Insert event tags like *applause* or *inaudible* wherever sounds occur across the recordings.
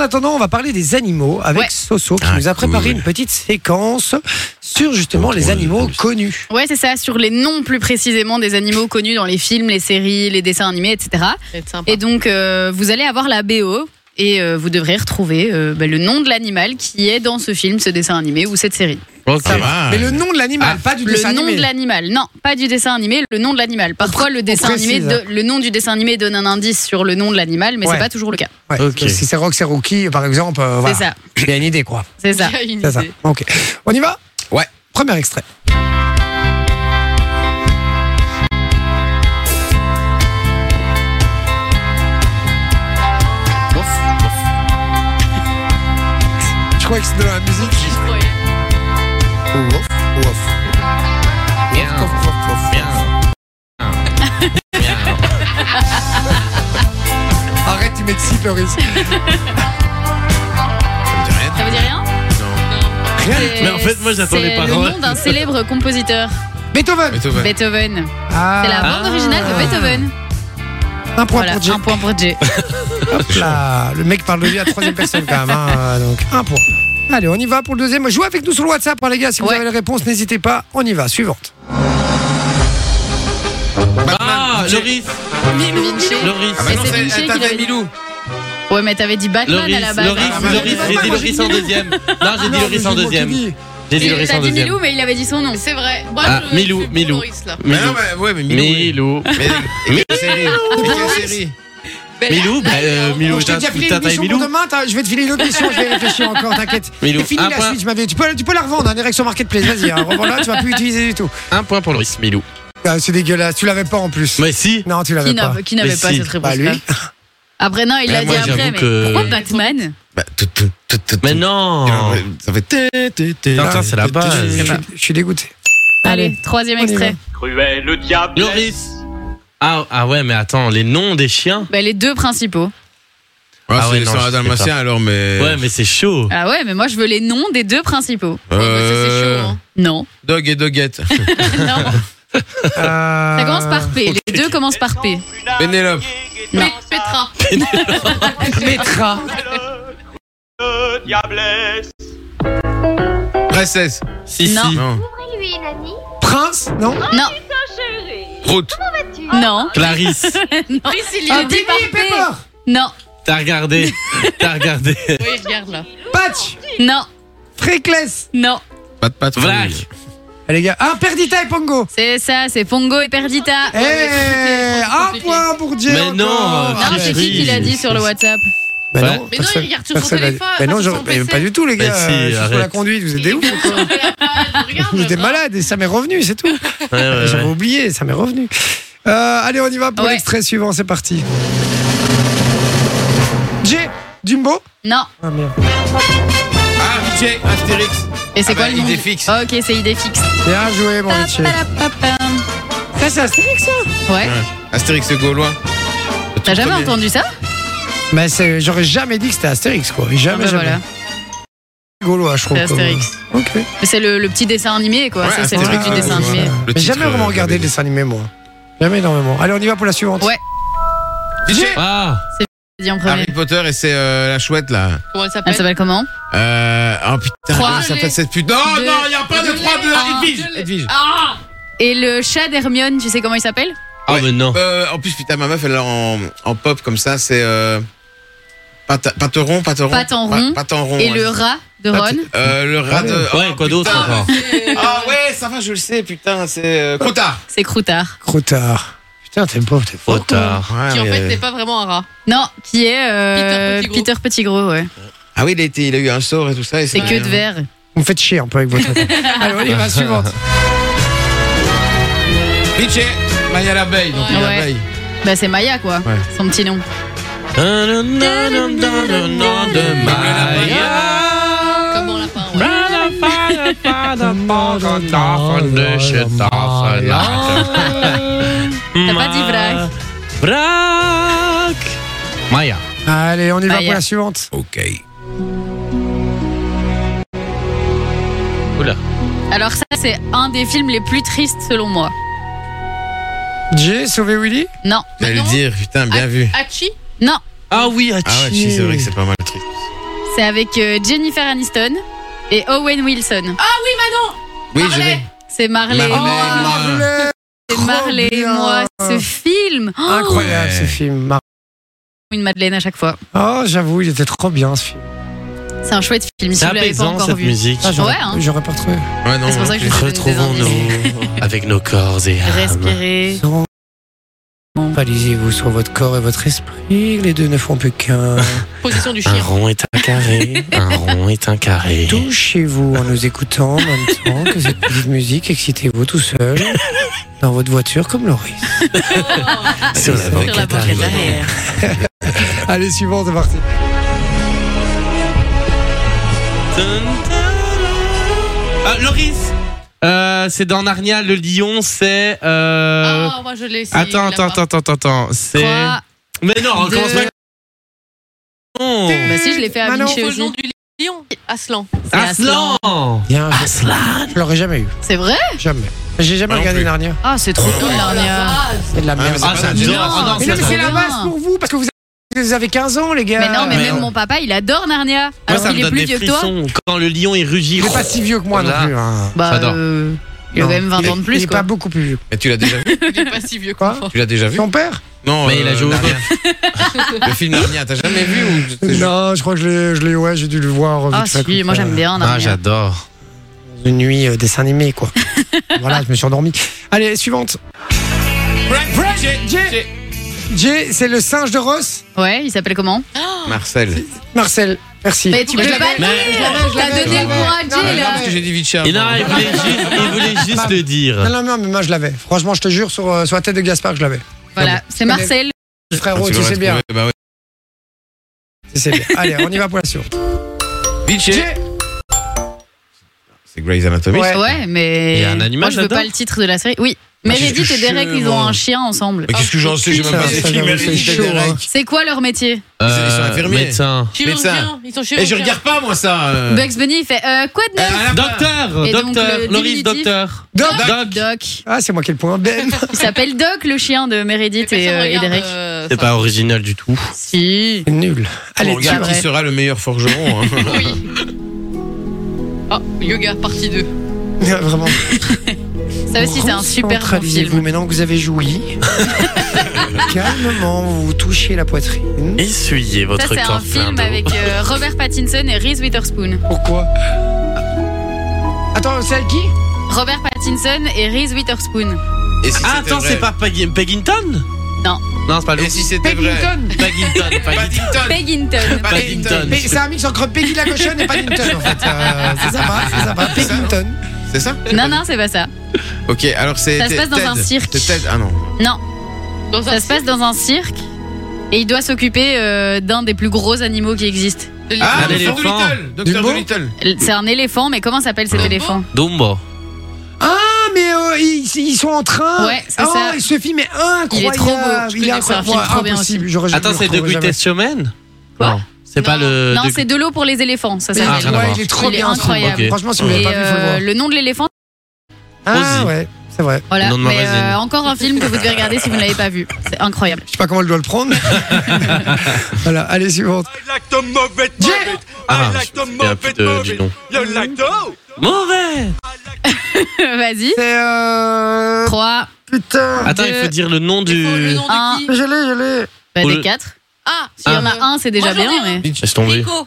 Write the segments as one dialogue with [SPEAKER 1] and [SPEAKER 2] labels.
[SPEAKER 1] attendant, on va parler des animaux avec
[SPEAKER 2] Ouais.
[SPEAKER 1] Soso qui
[SPEAKER 3] Ah,
[SPEAKER 1] nous a préparé
[SPEAKER 3] cool.
[SPEAKER 1] une petite séquence sur justement
[SPEAKER 3] Contrôle
[SPEAKER 1] les animaux
[SPEAKER 3] plus.
[SPEAKER 1] connus.
[SPEAKER 2] Ouais, c'est ça, sur les noms plus précisément des animaux connus dans les films, les séries, les dessins animés, etc. Et donc, euh, vous allez avoir la BO et euh, vous devrez retrouver euh, bah, le nom de l'animal qui est dans ce film, ce dessin animé ou cette série.
[SPEAKER 3] Pas mal.
[SPEAKER 1] Mais le nom de l'animal, pas du
[SPEAKER 2] Ah, Le
[SPEAKER 1] dessin
[SPEAKER 2] nom
[SPEAKER 1] animé.
[SPEAKER 2] de l'animal, non, pas du dessin animé, le nom de l'animal. Parfois, le dessin animé,
[SPEAKER 1] précise.
[SPEAKER 2] do- le nom du dessin animé donne un indice sur le nom de l'animal, mais
[SPEAKER 1] Ouais.
[SPEAKER 2] c'est pas toujours le cas.
[SPEAKER 1] Ouais,
[SPEAKER 3] Ok.
[SPEAKER 1] Si c'est Rock, c'est Rookie, par exemple, euh, voilà.
[SPEAKER 2] C'est ça,
[SPEAKER 1] Il y a une idée, quoi.
[SPEAKER 2] c'est ça.
[SPEAKER 1] C'est ça. Ok. On y va
[SPEAKER 3] Ouais.
[SPEAKER 1] Premier extrait. Je crois que c'est de la musique. Ouf, ouf.
[SPEAKER 3] Miaou, miaou, miaou.
[SPEAKER 1] Arrête, tu mets de si, Floris.
[SPEAKER 3] Ça me dit rien
[SPEAKER 2] Ça vous dit rien
[SPEAKER 3] Non.
[SPEAKER 1] Rien du tout.
[SPEAKER 3] Mais en fait, moi, j'attendais
[SPEAKER 2] C'est
[SPEAKER 3] pas.
[SPEAKER 2] le nom d'un célèbre compositeur,
[SPEAKER 1] Beethoven.
[SPEAKER 3] Mais tout va.
[SPEAKER 2] Beethoven.
[SPEAKER 1] Ah,
[SPEAKER 2] C'est la bande
[SPEAKER 3] Ah.
[SPEAKER 2] originale de Beethoven.
[SPEAKER 1] Un point
[SPEAKER 2] Voilà,
[SPEAKER 1] pour Jay.
[SPEAKER 2] un point pour Jay.
[SPEAKER 1] Hop là, le mec parle de lui à troisième personne quand même. hein, donc un point. Allez, on y va pour le deuxième. Jouez avec nous sur le WhatsApp, hein, les gars. Si vous
[SPEAKER 2] Ouais.
[SPEAKER 1] avez les réponses, n'hésitez pas. On y va. Suivante.
[SPEAKER 3] Ah, Loris Loris
[SPEAKER 2] Ah bah non, c'est Vinci qui l'avait dit.
[SPEAKER 1] Milou.
[SPEAKER 2] Ouais, mais t'avais dit Batman à la
[SPEAKER 3] Loris,
[SPEAKER 2] base.
[SPEAKER 3] Loris,
[SPEAKER 1] Ah, bah,
[SPEAKER 3] Loris,
[SPEAKER 1] bah,
[SPEAKER 3] j'ai
[SPEAKER 1] bah,
[SPEAKER 3] dit
[SPEAKER 1] moi,
[SPEAKER 3] Loris en deuxième. Non, j'ai dit Loris en deuxième.
[SPEAKER 1] Ah,
[SPEAKER 3] J'ai dit Loris
[SPEAKER 2] T'as
[SPEAKER 3] en
[SPEAKER 2] dit
[SPEAKER 3] deuxième.
[SPEAKER 2] Milou, mais il avait dit son nom.
[SPEAKER 4] C'est vrai. Moi,
[SPEAKER 3] Ah,
[SPEAKER 4] je-
[SPEAKER 3] Milou,
[SPEAKER 4] je suis pour
[SPEAKER 3] Milou.
[SPEAKER 4] Loris, là.
[SPEAKER 5] Mais non, mais ouais, mais Milou. oui.
[SPEAKER 3] Milou.
[SPEAKER 5] Mais mais quelle série Mais quelle série
[SPEAKER 3] Milou, bah, euh, Milou,
[SPEAKER 1] bah, je t'ai
[SPEAKER 3] t'as
[SPEAKER 1] déjà pris
[SPEAKER 3] t'as
[SPEAKER 1] une
[SPEAKER 3] taille
[SPEAKER 1] mission pour
[SPEAKER 3] Milou.
[SPEAKER 1] demain. t'as- Je vais te filer une autre mission. Je vais y réfléchir encore. *laughs* T'inquiète.
[SPEAKER 3] Milou,
[SPEAKER 1] C'est fini
[SPEAKER 3] un
[SPEAKER 1] la
[SPEAKER 3] point.
[SPEAKER 1] suite. Je m'avais. Tu peux, tu peux la revendre. Hein, direct sur Marketplace. Vas-y. Hein, revends-la. Tu vas plus l'utiliser du tout.
[SPEAKER 3] Un point pour Loris, Milou.
[SPEAKER 1] Ah, c'est dégueulasse. Tu l'avais pas en plus.
[SPEAKER 3] Mais si.
[SPEAKER 1] Non, tu l'avais
[SPEAKER 2] Qui
[SPEAKER 1] pas.
[SPEAKER 2] n'avait qui n'avait
[SPEAKER 3] Mais
[SPEAKER 2] pas
[SPEAKER 3] si.
[SPEAKER 2] cette
[SPEAKER 1] Bah
[SPEAKER 2] réponse
[SPEAKER 1] lui.
[SPEAKER 2] Après, non, il
[SPEAKER 3] Ah,
[SPEAKER 2] l'a
[SPEAKER 3] moi,
[SPEAKER 2] dit après.
[SPEAKER 3] j'avoue
[SPEAKER 2] Mais
[SPEAKER 3] que-
[SPEAKER 2] pourquoi Batman
[SPEAKER 5] Bah, tout, tout, tout, tout,
[SPEAKER 3] Mais
[SPEAKER 5] tout.
[SPEAKER 3] non.
[SPEAKER 5] Ça fait. té, té, té,
[SPEAKER 1] Ah,
[SPEAKER 3] Tintin,
[SPEAKER 5] té,
[SPEAKER 3] c'est la
[SPEAKER 5] té, té,
[SPEAKER 3] base.
[SPEAKER 5] té.
[SPEAKER 1] Je suis- je suis dégoûté.
[SPEAKER 2] Allez, troisième
[SPEAKER 1] On y
[SPEAKER 2] extrait.
[SPEAKER 1] va.
[SPEAKER 6] Cruel, le diable.
[SPEAKER 3] Loris. Ah, ah ouais, mais attends, les noms des chiens
[SPEAKER 2] Bah, les deux principaux.
[SPEAKER 3] Ah
[SPEAKER 5] Ah,
[SPEAKER 3] ouais,
[SPEAKER 5] c'est les
[SPEAKER 3] non,
[SPEAKER 5] Sarah
[SPEAKER 3] je sais
[SPEAKER 5] Dalmatien
[SPEAKER 3] pas.
[SPEAKER 5] alors, mais.
[SPEAKER 3] Ouais, mais c'est chaud.
[SPEAKER 2] Ah ouais, mais moi je veux les noms des deux principaux.
[SPEAKER 5] Euh,
[SPEAKER 4] Ouais, bah, ça, c'est chaud, hein.
[SPEAKER 2] Non. *laughs*
[SPEAKER 5] Dog et
[SPEAKER 3] *laughs*
[SPEAKER 5] Doguette.
[SPEAKER 2] non.
[SPEAKER 1] Euh,
[SPEAKER 2] Ça commence par P. Les deux commencent par P.
[SPEAKER 5] Pénélope.
[SPEAKER 2] Non.
[SPEAKER 4] Pé- Pétra.
[SPEAKER 1] Petra.
[SPEAKER 6] Le diablesse.
[SPEAKER 5] Princesse.
[SPEAKER 3] Si,
[SPEAKER 2] Non.
[SPEAKER 3] si.
[SPEAKER 5] Non.
[SPEAKER 7] Lui, Nani,
[SPEAKER 1] Prince, non
[SPEAKER 2] Non.
[SPEAKER 5] Route.
[SPEAKER 2] Non.
[SPEAKER 3] Clarisse,
[SPEAKER 4] Priscilla.
[SPEAKER 2] Ah,
[SPEAKER 4] Oui,
[SPEAKER 2] dis- par P.
[SPEAKER 1] Pepper.
[SPEAKER 2] Non.
[SPEAKER 3] t'as regardé. T'as regardé.
[SPEAKER 4] regarde là.
[SPEAKER 1] Patch.
[SPEAKER 2] Non.
[SPEAKER 1] Freakless.
[SPEAKER 2] Non.
[SPEAKER 5] Pas de patron.
[SPEAKER 3] Vlach.
[SPEAKER 1] Eh, les gars. Ah, Perdita et Pongo.
[SPEAKER 2] C'est ça, c'est Pongo et Perdita.
[SPEAKER 1] Eh, un point pour Dieu.
[SPEAKER 3] Mais non,
[SPEAKER 2] Non,
[SPEAKER 1] ah
[SPEAKER 2] c'est qui
[SPEAKER 1] bah
[SPEAKER 2] qui l'a dit sur le WhatsApp
[SPEAKER 1] Mais
[SPEAKER 3] Ouais.
[SPEAKER 1] euh, Bah non,
[SPEAKER 4] Mais non,
[SPEAKER 1] personne-
[SPEAKER 4] il regarde sur son
[SPEAKER 1] personne l'a dit.
[SPEAKER 4] téléphone.
[SPEAKER 1] Mais non,
[SPEAKER 4] sur
[SPEAKER 1] je-
[SPEAKER 4] son
[SPEAKER 1] mais
[SPEAKER 4] PC.
[SPEAKER 1] pas du tout, les
[SPEAKER 3] Mais
[SPEAKER 1] gars.
[SPEAKER 3] si,
[SPEAKER 1] euh, je suis sur la
[SPEAKER 3] arrête.
[SPEAKER 1] conduite, vous êtes des ouf. ou quoi
[SPEAKER 4] Regarde.
[SPEAKER 1] J'étais malade et ça m'est revenu, c'est tout.
[SPEAKER 3] Ouais, ouais,
[SPEAKER 1] J'avais
[SPEAKER 3] ouais.
[SPEAKER 1] oublié, ça m'est revenu. Euh, allez, on y va pour
[SPEAKER 2] Ouais.
[SPEAKER 1] l'extrait suivant, c'est parti. J. Dumbo.
[SPEAKER 2] Non.
[SPEAKER 1] Ah merde.
[SPEAKER 5] Ah, Vichy, Astérix.
[SPEAKER 2] Et c'est
[SPEAKER 5] Ah
[SPEAKER 2] quoi
[SPEAKER 5] bah,
[SPEAKER 2] le nom
[SPEAKER 5] idée fixe.
[SPEAKER 2] Ok, c'est idée fixe.
[SPEAKER 1] Bien joué, mon Vichy. Ça, c'est Astérix, hein. ça
[SPEAKER 2] Ouais.
[SPEAKER 5] Astérix le Gaulois.
[SPEAKER 2] T'as jamais
[SPEAKER 5] premier.
[SPEAKER 2] entendu ça
[SPEAKER 1] Mais c'est- j'aurais jamais dit que c'était Astérix, quoi.
[SPEAKER 2] Ah
[SPEAKER 1] Jamais,
[SPEAKER 2] bah
[SPEAKER 1] jamais.
[SPEAKER 2] voilà,
[SPEAKER 1] Gaulois, je trouve.
[SPEAKER 2] c'est
[SPEAKER 1] quoi.
[SPEAKER 2] Astérix.
[SPEAKER 1] Ok.
[SPEAKER 2] Mais C'est le, le petit dessin animé, quoi.
[SPEAKER 5] Ouais,
[SPEAKER 2] ça, c'est le truc
[SPEAKER 5] Astérix,
[SPEAKER 2] du
[SPEAKER 5] ouais,
[SPEAKER 2] dessin
[SPEAKER 5] ouais,
[SPEAKER 2] animé.
[SPEAKER 5] ouais. Le
[SPEAKER 1] Mais
[SPEAKER 5] titre,
[SPEAKER 1] jamais vraiment
[SPEAKER 5] euh,
[SPEAKER 1] regardé le
[SPEAKER 5] j'avais dit.
[SPEAKER 1] dessin animé, moi. Jamais énormément. Allez, on y va pour la suivante.
[SPEAKER 2] Ouais.
[SPEAKER 1] Vichy.
[SPEAKER 3] Ah,
[SPEAKER 2] Dis en premier.
[SPEAKER 5] Harry Potter et c'est euh, la chouette là.
[SPEAKER 4] Comment elle
[SPEAKER 2] Elle
[SPEAKER 4] s'appelle
[SPEAKER 2] s'appelle comment
[SPEAKER 5] Euh, oh putain,
[SPEAKER 2] Trois.
[SPEAKER 5] comment ça s'appelle cette pute Non,
[SPEAKER 2] Deux.
[SPEAKER 5] non, y a pas de
[SPEAKER 4] Je
[SPEAKER 5] 3
[SPEAKER 4] l'ai.
[SPEAKER 5] de Edwige.
[SPEAKER 4] Ah, je l'ai.
[SPEAKER 5] Edwige.
[SPEAKER 4] Ah
[SPEAKER 2] Et le chat d'Hermione, tu sais comment il s'appelle
[SPEAKER 3] ah
[SPEAKER 5] Ouais.
[SPEAKER 3] mais non.
[SPEAKER 5] Euh, en plus, putain, ma meuf, elle est en, en pop comme ça, c'est. Euh, Pata- Pateron, Pateron.
[SPEAKER 2] Pateron.
[SPEAKER 5] Pa- Pateron,
[SPEAKER 2] Et
[SPEAKER 5] ouais.
[SPEAKER 2] le rat de Ron
[SPEAKER 5] Euh, le rat de.
[SPEAKER 3] Ouais, quoi d'autre
[SPEAKER 5] putain.
[SPEAKER 3] encore
[SPEAKER 5] Ah ouais, ça va, je le sais, putain, c'est. Euh, Cotard.
[SPEAKER 2] C'est Croutard.
[SPEAKER 1] Croutard. Putain, t'es pauvre, t'es fort.
[SPEAKER 3] Potard.
[SPEAKER 5] Ouais,
[SPEAKER 4] Qui en
[SPEAKER 5] Ah, mais- euh,
[SPEAKER 4] fait n'est pas vraiment un rat.
[SPEAKER 2] Non, qui est euh,
[SPEAKER 4] Peter Pettigrew.
[SPEAKER 2] Pettigrew, ouais.
[SPEAKER 5] Ah oui, il a, été, il a eu un sort et tout ça. et
[SPEAKER 2] C'est que de
[SPEAKER 5] rien.
[SPEAKER 2] verre.
[SPEAKER 1] Vous me faites chier un peu avec votre.
[SPEAKER 2] *laughs*
[SPEAKER 1] Allez, on y va, suivante.
[SPEAKER 5] Pitché, Maya l'abeille, donc il
[SPEAKER 2] Ouais.
[SPEAKER 5] est l'abeille.
[SPEAKER 2] Bah, c'est Maya, quoi.
[SPEAKER 5] Ouais.
[SPEAKER 2] Son petit nom.
[SPEAKER 3] Nanana, nanana, de Maya.
[SPEAKER 4] Comment l'a pas ouais.
[SPEAKER 5] Oh
[SPEAKER 3] T'as
[SPEAKER 5] Ah,
[SPEAKER 2] T'as pas dit vrac.
[SPEAKER 3] Mmh. Vrac. Maya.
[SPEAKER 1] Allez, on y va
[SPEAKER 2] Maya.
[SPEAKER 1] pour la suivante.
[SPEAKER 5] Ok.
[SPEAKER 3] Oula.
[SPEAKER 2] Alors, ça, c'est un des films les plus tristes, selon moi.
[SPEAKER 1] Jay, sauver Willy
[SPEAKER 2] Non,
[SPEAKER 5] J'allais le
[SPEAKER 4] non.
[SPEAKER 5] dire, putain, bien
[SPEAKER 4] Ah.
[SPEAKER 5] vu.
[SPEAKER 4] Hachi
[SPEAKER 2] non,
[SPEAKER 3] Ah oui,
[SPEAKER 5] Ah ouais,
[SPEAKER 3] Hachi.
[SPEAKER 5] c'est vrai que c'est pas mal triste.
[SPEAKER 2] C'est avec euh, Jennifer Aniston et Owen Wilson.
[SPEAKER 5] Oui, je
[SPEAKER 4] Marley.
[SPEAKER 5] vais.
[SPEAKER 2] C'est Marley.
[SPEAKER 5] Marley,
[SPEAKER 2] Oh,
[SPEAKER 5] moi.
[SPEAKER 2] c'est
[SPEAKER 1] trop
[SPEAKER 2] Marley et
[SPEAKER 1] bien.
[SPEAKER 2] moi. Ce film. Oh,
[SPEAKER 1] Incroyable
[SPEAKER 5] Ouais.
[SPEAKER 1] ce film. Mar-
[SPEAKER 2] une Madeleine à chaque fois.
[SPEAKER 1] Oh, j'avoue, il était trop bien ce film.
[SPEAKER 2] C'est un chouette film. Si
[SPEAKER 3] C'est
[SPEAKER 2] vous l'avez pas
[SPEAKER 3] apaisant
[SPEAKER 2] encore
[SPEAKER 3] cette
[SPEAKER 2] vu.
[SPEAKER 3] musique.
[SPEAKER 1] Ah, j'aurais,
[SPEAKER 2] Ouais, hein.
[SPEAKER 1] j'aurais pas retrouvé.
[SPEAKER 5] Ouais, non.
[SPEAKER 2] Ah, C'est pour ça que je vous ai donné des indices.
[SPEAKER 1] Oh.
[SPEAKER 3] Retrouvons-nous avec nos corps et âmes.
[SPEAKER 2] Respirer.
[SPEAKER 1] Réalisez-vous sur votre corps et votre esprit. Les deux ne font plus
[SPEAKER 2] *laughs*
[SPEAKER 1] qu'un.
[SPEAKER 4] Position du
[SPEAKER 3] Un
[SPEAKER 4] chien.
[SPEAKER 3] rond est un carré, un rond est un carré.
[SPEAKER 1] Touchez-vous en nous écoutant en
[SPEAKER 2] *laughs*
[SPEAKER 1] même temps que cette petite musique. Excitez-vous tout seul. Dans votre voiture comme Laurie.
[SPEAKER 3] Sur la
[SPEAKER 5] Sur
[SPEAKER 4] la
[SPEAKER 3] banquette
[SPEAKER 4] banquette
[SPEAKER 3] arrière.
[SPEAKER 4] arrière.
[SPEAKER 1] Allez, suivant, c'est parti.
[SPEAKER 3] Ah, Loris Euh, C'est dans Narnia, le lion, c'est... Euh...
[SPEAKER 2] Oh,
[SPEAKER 4] Ah, moi je l'ai essayé.
[SPEAKER 3] attends,
[SPEAKER 4] il l'a
[SPEAKER 3] attends, attends,
[SPEAKER 4] pas.
[SPEAKER 3] attends, attends, attends, c'est...
[SPEAKER 2] Trois.
[SPEAKER 3] Mais non,
[SPEAKER 2] deux.
[SPEAKER 3] recommence pas. Non.
[SPEAKER 2] Bah si, je l'ai fait à
[SPEAKER 1] Manon,
[SPEAKER 2] Vinci
[SPEAKER 4] Faut le nom
[SPEAKER 2] aussi.
[SPEAKER 4] du lion. Aslan.
[SPEAKER 2] C'est Aslan.
[SPEAKER 3] Ah, Aslan
[SPEAKER 1] Bien, je-
[SPEAKER 3] Aslan
[SPEAKER 1] je l'aurais jamais eu.
[SPEAKER 2] C'est vrai
[SPEAKER 1] Jamais. J'ai jamais
[SPEAKER 5] Moi non
[SPEAKER 1] regardé
[SPEAKER 5] plus.
[SPEAKER 1] Narnia.
[SPEAKER 2] Ah, bah, c'est trop cool, Narnia.
[SPEAKER 4] Ah,
[SPEAKER 1] C'est de la
[SPEAKER 5] mais
[SPEAKER 1] merde.
[SPEAKER 5] c'est pas
[SPEAKER 3] ça
[SPEAKER 5] Narnia.
[SPEAKER 3] adore.
[SPEAKER 2] bah,
[SPEAKER 3] Ah non,
[SPEAKER 1] Mais non, mais
[SPEAKER 3] ça
[SPEAKER 1] c'est
[SPEAKER 3] adore.
[SPEAKER 1] la
[SPEAKER 2] bien.
[SPEAKER 1] base pour vous, parce que vous avez- vous avez 15 ans, les gars.
[SPEAKER 2] Mais non, mais
[SPEAKER 5] Mais
[SPEAKER 2] même
[SPEAKER 5] non.
[SPEAKER 2] mon papa, il adore Narnia.
[SPEAKER 3] Moi,
[SPEAKER 2] Alors
[SPEAKER 3] ça me
[SPEAKER 2] qu'il est
[SPEAKER 3] donne
[SPEAKER 2] plus
[SPEAKER 3] des
[SPEAKER 2] vieux que toi.
[SPEAKER 3] frissons quand le lion est rugi.
[SPEAKER 1] Il est pas si vieux que moi non
[SPEAKER 3] Là.
[SPEAKER 1] plus. hein.
[SPEAKER 2] Bah,
[SPEAKER 3] J'adore.
[SPEAKER 2] euh, il a
[SPEAKER 1] Non.
[SPEAKER 2] quand même 20
[SPEAKER 1] Il est-
[SPEAKER 2] ans de
[SPEAKER 1] Il
[SPEAKER 2] plus,
[SPEAKER 1] est pas
[SPEAKER 2] quoi.
[SPEAKER 1] beaucoup plus vieux.
[SPEAKER 5] Mais tu l'as déjà vu
[SPEAKER 4] il est pas si vieux que
[SPEAKER 1] Quoi
[SPEAKER 4] moi.
[SPEAKER 5] Tu l'as déjà vu
[SPEAKER 1] Son père
[SPEAKER 5] Non.
[SPEAKER 3] Mais il a
[SPEAKER 5] euh,
[SPEAKER 3] joué au
[SPEAKER 5] Narnia. *laughs* Le film Narnia, t'as jamais vu ou c'est juste-
[SPEAKER 1] Non, je crois que je l'ai- je l'ai, ouais, j'ai dû le voir. euh,
[SPEAKER 2] Ah,
[SPEAKER 1] vite fait,
[SPEAKER 2] si,
[SPEAKER 1] comme
[SPEAKER 2] moi
[SPEAKER 1] ça.
[SPEAKER 2] j'aime bien
[SPEAKER 3] Ah,
[SPEAKER 2] Narnia.
[SPEAKER 3] j'adore.
[SPEAKER 1] Une nuit euh, dessin animé,
[SPEAKER 2] *laughs*
[SPEAKER 1] quoi. voilà, je me suis endormi. Allez, suivante. Jay, Jay. Jay, c'est le singe de Ross.
[SPEAKER 2] ouais, il s'appelle comment
[SPEAKER 5] Marcel.
[SPEAKER 1] Marcel, merci.
[SPEAKER 2] Mais tu peux
[SPEAKER 4] Mais
[SPEAKER 2] pas
[SPEAKER 4] je
[SPEAKER 2] dire
[SPEAKER 4] l'avais-
[SPEAKER 3] Mais-
[SPEAKER 1] je l'avais,
[SPEAKER 2] T'as donné
[SPEAKER 1] je
[SPEAKER 2] le
[SPEAKER 1] l'avais.
[SPEAKER 2] courage,
[SPEAKER 1] Non, mais
[SPEAKER 2] Jay, là
[SPEAKER 1] non,
[SPEAKER 5] Ah, parce que j'ai dit Vichy avant.
[SPEAKER 3] Et là, il voulait
[SPEAKER 5] Ah,
[SPEAKER 3] juste, il voulait juste le
[SPEAKER 1] Non,
[SPEAKER 3] dire.
[SPEAKER 1] non, non, mais moi je l'avais. Franchement, je te jure, sur, euh, sur la tête de Gaspard, je l'avais.
[SPEAKER 2] Voilà, c'est Marcel.
[SPEAKER 1] Frérot,
[SPEAKER 5] Ah,
[SPEAKER 1] tu
[SPEAKER 5] l'aurais
[SPEAKER 1] sais bien.
[SPEAKER 5] trouvé, bah ouais.
[SPEAKER 1] Tu sais bien. Allez, on y va pour la suivante.
[SPEAKER 5] Vichy.
[SPEAKER 1] Jay.
[SPEAKER 5] C'est Grey's Anatomy.
[SPEAKER 1] Ouais.
[SPEAKER 2] Ouais, mais.
[SPEAKER 3] Il y a un
[SPEAKER 2] Moi,
[SPEAKER 3] animal Ah,
[SPEAKER 2] je veux
[SPEAKER 3] là-dedans
[SPEAKER 2] pas le titre de la série. Oui, Meredith
[SPEAKER 5] je-
[SPEAKER 2] et Derek,
[SPEAKER 5] je-
[SPEAKER 2] ils ont un chien ensemble.
[SPEAKER 5] Mais qu'est-ce que j'en sais J'ai même
[SPEAKER 1] Ça,
[SPEAKER 5] pas
[SPEAKER 1] ça,
[SPEAKER 5] écrit
[SPEAKER 1] j'avoue,
[SPEAKER 5] mais
[SPEAKER 1] c'est
[SPEAKER 5] Vichy
[SPEAKER 1] chaud,
[SPEAKER 5] Derek.
[SPEAKER 1] hein.
[SPEAKER 2] C'est quoi leur métier
[SPEAKER 5] Ils sont infirmiers.
[SPEAKER 3] Euh, Médecin.
[SPEAKER 5] Médecin.
[SPEAKER 4] Chirurgien. Ils sont chirurgiens.
[SPEAKER 5] Et je regarde pas moi ça. euh.
[SPEAKER 2] Bugs Bunny, il fait euh, quoi de
[SPEAKER 5] Euh,
[SPEAKER 2] neuf
[SPEAKER 5] à la fin.
[SPEAKER 3] Docteur,
[SPEAKER 2] Et donc,
[SPEAKER 3] docteur,
[SPEAKER 2] le
[SPEAKER 3] Loris,
[SPEAKER 2] diminutif
[SPEAKER 3] docteur.
[SPEAKER 1] Doc.
[SPEAKER 3] Doc.
[SPEAKER 2] Doc.
[SPEAKER 1] Ah, c'est moi qui ai le point.
[SPEAKER 2] *laughs*
[SPEAKER 1] Ben.
[SPEAKER 2] Il s'appelle Doc, le chien de Meredith et,
[SPEAKER 4] Personne
[SPEAKER 2] euh, et
[SPEAKER 4] regarde,
[SPEAKER 2] Derek.
[SPEAKER 4] euh,
[SPEAKER 3] C'est
[SPEAKER 4] ça.
[SPEAKER 3] pas original du tout.
[SPEAKER 2] Si.
[SPEAKER 1] C'est Nul. Allez,
[SPEAKER 5] On regarde
[SPEAKER 2] c'est
[SPEAKER 5] qui
[SPEAKER 2] vrai.
[SPEAKER 5] sera le meilleur forgeron. hein.
[SPEAKER 4] Oui. Ah, yoga, partie 2.
[SPEAKER 1] tiens. Ah, Vraiment.
[SPEAKER 2] Ça aussi, c'est un super bon
[SPEAKER 1] Vous,
[SPEAKER 2] film.
[SPEAKER 1] maintenant que vous avez joui, *laughs* calmement, vous vous touchez la poitrine.
[SPEAKER 3] Essuyez
[SPEAKER 2] Ça,
[SPEAKER 3] votre
[SPEAKER 2] c'est un
[SPEAKER 3] corps plein
[SPEAKER 2] film
[SPEAKER 3] d'eau.
[SPEAKER 2] avec euh, Robert Pattinson et Reese Witherspoon.
[SPEAKER 1] Pourquoi Attends, c'est avec qui
[SPEAKER 2] Robert Pattinson et Reese Witherspoon.
[SPEAKER 5] Et si
[SPEAKER 3] Ah,
[SPEAKER 5] c'était
[SPEAKER 3] attends,
[SPEAKER 5] vrai
[SPEAKER 3] c'est pas Peggy- Peggington
[SPEAKER 2] Non.
[SPEAKER 3] Non, c'est pas le
[SPEAKER 5] Et si c'était vrai
[SPEAKER 3] Paddington,
[SPEAKER 5] *laughs*
[SPEAKER 3] Paddington.
[SPEAKER 5] Paddington.
[SPEAKER 2] Paddington.
[SPEAKER 5] Paddington.
[SPEAKER 1] Mais c'est un mix entre Peggy la cochonne et Paddington en fait. Euh, c'est sympa, c'est sympa. Paddington.
[SPEAKER 5] C'est ça
[SPEAKER 2] Non, non, c'est pas ça.
[SPEAKER 5] Ok, alors c'est.
[SPEAKER 2] Ça se passe dans
[SPEAKER 5] Ted.
[SPEAKER 2] un cirque.
[SPEAKER 5] C'est Ted. Ah non.
[SPEAKER 4] Dans un
[SPEAKER 2] Ça se passe dans un cirque et il doit s'occuper euh, d'un des plus gros animaux qui existent.
[SPEAKER 4] de l'île.
[SPEAKER 5] Ah,
[SPEAKER 3] Un
[SPEAKER 5] Docteur
[SPEAKER 3] éléphant.
[SPEAKER 5] Dolittle. Docteur
[SPEAKER 1] Dumbo
[SPEAKER 5] Dolittle.
[SPEAKER 2] C'est un éléphant, mais comment s'appelle cet
[SPEAKER 4] Dumbo
[SPEAKER 2] éléphant
[SPEAKER 3] Dumbo.
[SPEAKER 1] Ah, mais euh, ils, ils sont en train.
[SPEAKER 2] Ouais, c'est
[SPEAKER 1] Ah,
[SPEAKER 2] ça.
[SPEAKER 1] Ce film est incroyable.
[SPEAKER 2] Il est trop beau. Je
[SPEAKER 1] Il est
[SPEAKER 2] connais, c'est un
[SPEAKER 1] incroyable.
[SPEAKER 2] film trop bien
[SPEAKER 1] Impossible. J'aurais jamais-
[SPEAKER 3] Attends,
[SPEAKER 1] je
[SPEAKER 3] c'est The
[SPEAKER 1] retrouverai jamais.
[SPEAKER 3] Greatest Showman
[SPEAKER 2] Quoi
[SPEAKER 3] Non, c'est pas
[SPEAKER 4] Non.
[SPEAKER 3] le.
[SPEAKER 2] Non,
[SPEAKER 3] The-
[SPEAKER 2] c'est de l'eau pour les éléphants, ça
[SPEAKER 1] Mais
[SPEAKER 3] Euh, Ah,
[SPEAKER 2] s'appelle.
[SPEAKER 3] rien à
[SPEAKER 1] ouais,
[SPEAKER 3] voir.
[SPEAKER 1] il est trop
[SPEAKER 2] Il est
[SPEAKER 1] bien. ce film.
[SPEAKER 2] incroyable.
[SPEAKER 3] Ok.
[SPEAKER 1] Franchement, si vous l'avez
[SPEAKER 2] Et
[SPEAKER 1] pas vu, faut le
[SPEAKER 2] euh,
[SPEAKER 1] voir.
[SPEAKER 2] le nom de l'éléphant,
[SPEAKER 1] Ah
[SPEAKER 3] Ozzy.
[SPEAKER 1] ouais, c'est vrai.
[SPEAKER 2] voilà.
[SPEAKER 3] Le nom de ma
[SPEAKER 2] Mais euh,
[SPEAKER 3] voisine.
[SPEAKER 2] encore un film que vous devez regarder si vous ne l'avez pas vu. C'est incroyable.
[SPEAKER 1] Je sais pas comment elle doit le
[SPEAKER 3] *laughs*
[SPEAKER 1] prendre. voilà, allez suivante.
[SPEAKER 6] I like the mauvais
[SPEAKER 1] Jay.
[SPEAKER 3] Ah, je
[SPEAKER 6] I
[SPEAKER 3] me
[SPEAKER 6] like the
[SPEAKER 3] souviens plus de-
[SPEAKER 6] mauvais
[SPEAKER 3] du nom.
[SPEAKER 6] You like the-
[SPEAKER 3] Mauvais
[SPEAKER 2] *laughs* Vas-y.
[SPEAKER 1] C'est euh...
[SPEAKER 2] 3,
[SPEAKER 1] putain.
[SPEAKER 3] Attends, il
[SPEAKER 2] Deux.
[SPEAKER 3] faut dire le nom
[SPEAKER 4] Il faut le
[SPEAKER 3] du.
[SPEAKER 4] nom
[SPEAKER 2] Un.
[SPEAKER 4] de qui
[SPEAKER 1] Je l'ai, je l'ai.
[SPEAKER 2] bah,
[SPEAKER 3] Oh,
[SPEAKER 2] des
[SPEAKER 3] le-
[SPEAKER 2] 4.
[SPEAKER 4] Ah,
[SPEAKER 2] S'il y en a
[SPEAKER 4] euh,
[SPEAKER 2] un, c'est déjà
[SPEAKER 4] moi, j'en ai
[SPEAKER 2] bien,
[SPEAKER 4] un.
[SPEAKER 2] mais.
[SPEAKER 3] Laisse tomber.
[SPEAKER 4] Nico.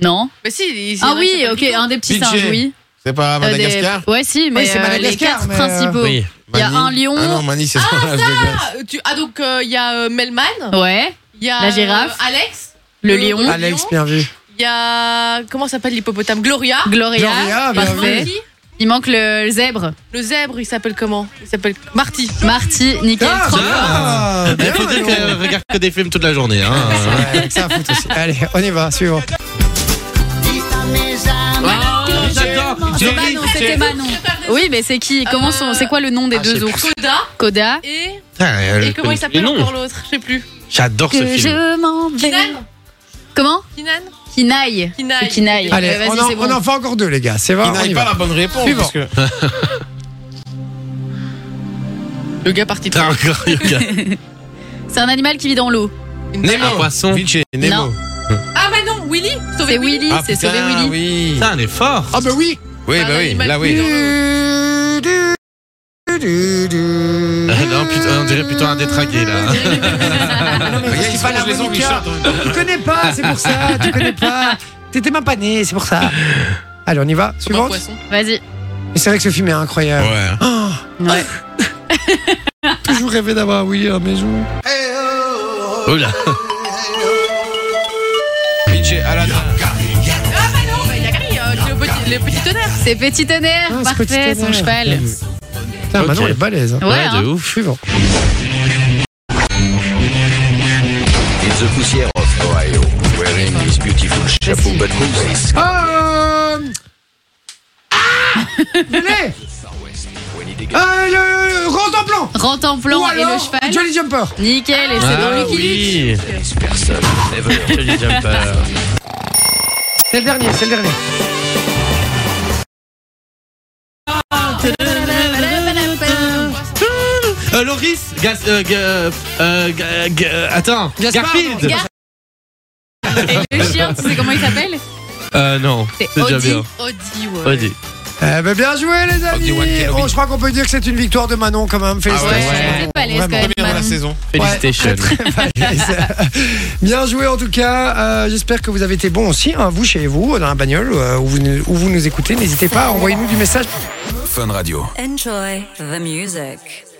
[SPEAKER 2] Non.
[SPEAKER 4] Mais si, il- il-
[SPEAKER 2] Ah
[SPEAKER 4] il-
[SPEAKER 2] oui,
[SPEAKER 4] c'est pas
[SPEAKER 2] ok,
[SPEAKER 4] Nico.
[SPEAKER 2] un des petits
[SPEAKER 5] Pidgey.
[SPEAKER 2] singes, oui.
[SPEAKER 5] C'est pas
[SPEAKER 2] Euh, des-
[SPEAKER 5] Madagascar
[SPEAKER 2] Ouais, si, mais
[SPEAKER 1] c'est
[SPEAKER 2] euh, les
[SPEAKER 1] Madagascar,
[SPEAKER 2] quatre
[SPEAKER 1] mais, euh,
[SPEAKER 2] principaux.
[SPEAKER 3] Oui.
[SPEAKER 2] Il y a
[SPEAKER 5] Manny.
[SPEAKER 2] un lion.
[SPEAKER 5] Ah non, Mani, c'est son âge de glace.
[SPEAKER 4] Ah, tu- ah, donc euh, il y a euh, Melman,
[SPEAKER 2] Ouais,
[SPEAKER 4] il y a
[SPEAKER 2] Oh. La girafe.
[SPEAKER 4] euh, Alex,
[SPEAKER 2] le
[SPEAKER 4] Le
[SPEAKER 2] lion,
[SPEAKER 4] lion.
[SPEAKER 1] Alex, bien vu.
[SPEAKER 4] il y a comment s'appelle l'hippopotame Gloria,
[SPEAKER 2] Gloria.
[SPEAKER 1] Gloria, bien
[SPEAKER 4] Maintenant,
[SPEAKER 2] parfait.
[SPEAKER 1] vu.
[SPEAKER 4] qui
[SPEAKER 2] Il manque le zèbre.
[SPEAKER 4] le zèbre, il s'appelle comment Il s'appelle Marty.
[SPEAKER 2] Marty, nickel.
[SPEAKER 1] Ah,
[SPEAKER 2] Trop fort.
[SPEAKER 1] bien,
[SPEAKER 2] Eh
[SPEAKER 3] Il faut
[SPEAKER 1] bien,
[SPEAKER 3] dire
[SPEAKER 1] bien.
[SPEAKER 3] qu'elle regarde que des films toute la journée. Hein.
[SPEAKER 1] Ouais,
[SPEAKER 2] *laughs*
[SPEAKER 1] avec ça à foutre aussi. Allez, on y va, suivant.
[SPEAKER 3] Ah, j'adore
[SPEAKER 2] Bah Non, Manon, c'était Manon. Oui, mais c'est qui Comment sont C'est quoi le nom des
[SPEAKER 3] Ah, je
[SPEAKER 2] deux
[SPEAKER 3] sais
[SPEAKER 2] ours
[SPEAKER 4] Coda
[SPEAKER 2] Koda.
[SPEAKER 4] et,
[SPEAKER 3] Putain,
[SPEAKER 5] euh,
[SPEAKER 3] elle
[SPEAKER 4] et comment
[SPEAKER 3] connaît
[SPEAKER 4] il
[SPEAKER 3] tous Euh,
[SPEAKER 4] s'appelle
[SPEAKER 3] les noms.
[SPEAKER 4] encore l'autre Je sais plus.
[SPEAKER 3] J'adore ce
[SPEAKER 2] Que
[SPEAKER 3] film.
[SPEAKER 2] je m'en vais.
[SPEAKER 4] Kinan,
[SPEAKER 2] Comment
[SPEAKER 4] Kinan, Ah,
[SPEAKER 2] Kinaï.
[SPEAKER 4] Kinan.
[SPEAKER 2] C'est Kinaï.
[SPEAKER 1] Allez,
[SPEAKER 2] vas-y,
[SPEAKER 1] on en,
[SPEAKER 2] c'est bon.
[SPEAKER 1] on en fait encore deux, les gars. C'est vrai,
[SPEAKER 5] Il
[SPEAKER 1] on y
[SPEAKER 5] n'arrive pas
[SPEAKER 1] va.
[SPEAKER 5] la bonne réponse.
[SPEAKER 1] Suivant.
[SPEAKER 5] parce que-
[SPEAKER 4] Le gars parti.
[SPEAKER 3] Putain, encore
[SPEAKER 5] *laughs*
[SPEAKER 3] Yoga.
[SPEAKER 2] C'est un animal qui vit dans l'eau.
[SPEAKER 3] Un poisson.
[SPEAKER 5] Vinci,
[SPEAKER 2] Nemo.
[SPEAKER 5] Nemo.
[SPEAKER 4] Ah Manon, Willy Sauver
[SPEAKER 2] C'est Willy,
[SPEAKER 5] Ah,
[SPEAKER 2] c'est sauver
[SPEAKER 5] putain,
[SPEAKER 2] Willy.
[SPEAKER 5] oui.
[SPEAKER 3] Putain, elle est fort.
[SPEAKER 1] Ah, bah oui
[SPEAKER 5] Oui,
[SPEAKER 4] Ah,
[SPEAKER 5] bah oui,
[SPEAKER 4] l'animal
[SPEAKER 5] là
[SPEAKER 4] qui
[SPEAKER 5] oui.
[SPEAKER 4] hurle.
[SPEAKER 3] Ah non, putain, on dirait plutôt un détraqué là.
[SPEAKER 1] Ah,
[SPEAKER 3] *laughs*
[SPEAKER 5] Regarde,
[SPEAKER 1] c'est
[SPEAKER 5] ils
[SPEAKER 1] pas
[SPEAKER 5] se
[SPEAKER 1] la
[SPEAKER 5] mangent les ongles, ils
[SPEAKER 1] Monica.
[SPEAKER 5] chantent en même temps.
[SPEAKER 1] Tu connais pas, c'est pour ça, tu connais pas. T'étais même pas né, c'est pour ça. Allez, on y va.
[SPEAKER 4] Comme un
[SPEAKER 1] Suivante.
[SPEAKER 4] poisson.
[SPEAKER 2] *laughs* Vas-y.
[SPEAKER 1] Et c'est vrai que ce film est incroyable.
[SPEAKER 5] Ouais.
[SPEAKER 1] Oh,
[SPEAKER 2] Ouais.
[SPEAKER 1] toujours rêvé d'avoir Willy euh, à la maison.
[SPEAKER 5] Oh là.
[SPEAKER 2] hein.
[SPEAKER 5] Vinci, Aladdin.
[SPEAKER 4] Il y a Gary, euh, qui est au petit- le petit tonnerre.
[SPEAKER 2] C'est Petit Tonnerre,
[SPEAKER 1] Ah, c'est
[SPEAKER 2] parfait,
[SPEAKER 1] Petit
[SPEAKER 2] son
[SPEAKER 1] Tonnerre.
[SPEAKER 2] cheval.
[SPEAKER 1] Putain,
[SPEAKER 3] Ok.
[SPEAKER 1] Manon elle est balèze. hein.
[SPEAKER 2] Ouais, hein.
[SPEAKER 3] de ouf.
[SPEAKER 1] Suivant.
[SPEAKER 7] It's the poussière of Ohio, wearing his beautiful chapeau, but who is
[SPEAKER 1] Euh... Ah Je l'ai Euh, le- le- Rentre en plan
[SPEAKER 2] Rentre en
[SPEAKER 1] Ou
[SPEAKER 2] plan et le
[SPEAKER 1] alors,
[SPEAKER 2] cheval.
[SPEAKER 1] Jolly Jumper
[SPEAKER 2] Nickel, et c'est dans
[SPEAKER 3] Ah
[SPEAKER 2] Lucky Luke.
[SPEAKER 3] oui.
[SPEAKER 7] personne. Never
[SPEAKER 3] Jolly jumper.
[SPEAKER 1] C'est le dernier, c'est le dernier.
[SPEAKER 3] Euh, Loris, Gas, euh, Ga- euh, Ga- Ga- attends,
[SPEAKER 1] Gaspard,
[SPEAKER 3] Garfield.
[SPEAKER 1] non,
[SPEAKER 2] Et le chien, tu sais comment il s'appelle
[SPEAKER 3] Euh, non,
[SPEAKER 2] C'est
[SPEAKER 3] *laughs* c'est déjà
[SPEAKER 2] Audi.
[SPEAKER 3] bien.
[SPEAKER 4] Audi, ouais.
[SPEAKER 3] Audi.
[SPEAKER 1] Eh ben, bien joué les
[SPEAKER 5] On dit
[SPEAKER 1] amis
[SPEAKER 5] One Kenobi.
[SPEAKER 1] Oh, Je crois qu'on peut dire que c'est une victoire de Manon quand même. Félicitations.
[SPEAKER 5] Ouais,
[SPEAKER 2] c'est balèze, quand
[SPEAKER 1] Vraiment.
[SPEAKER 2] même.
[SPEAKER 5] Première de la
[SPEAKER 2] Manon.
[SPEAKER 5] saison.
[SPEAKER 3] Félicitations.
[SPEAKER 1] Bien joué en tout cas. Euh, J'espère que vous avez été bon aussi, hein, vous chez vous, dans la bagnole, euh, où, vous, où vous nous écoutez. N'hésitez pas, envoyez-nous du message.
[SPEAKER 7] Fun Radio.
[SPEAKER 8] Enjoy the music.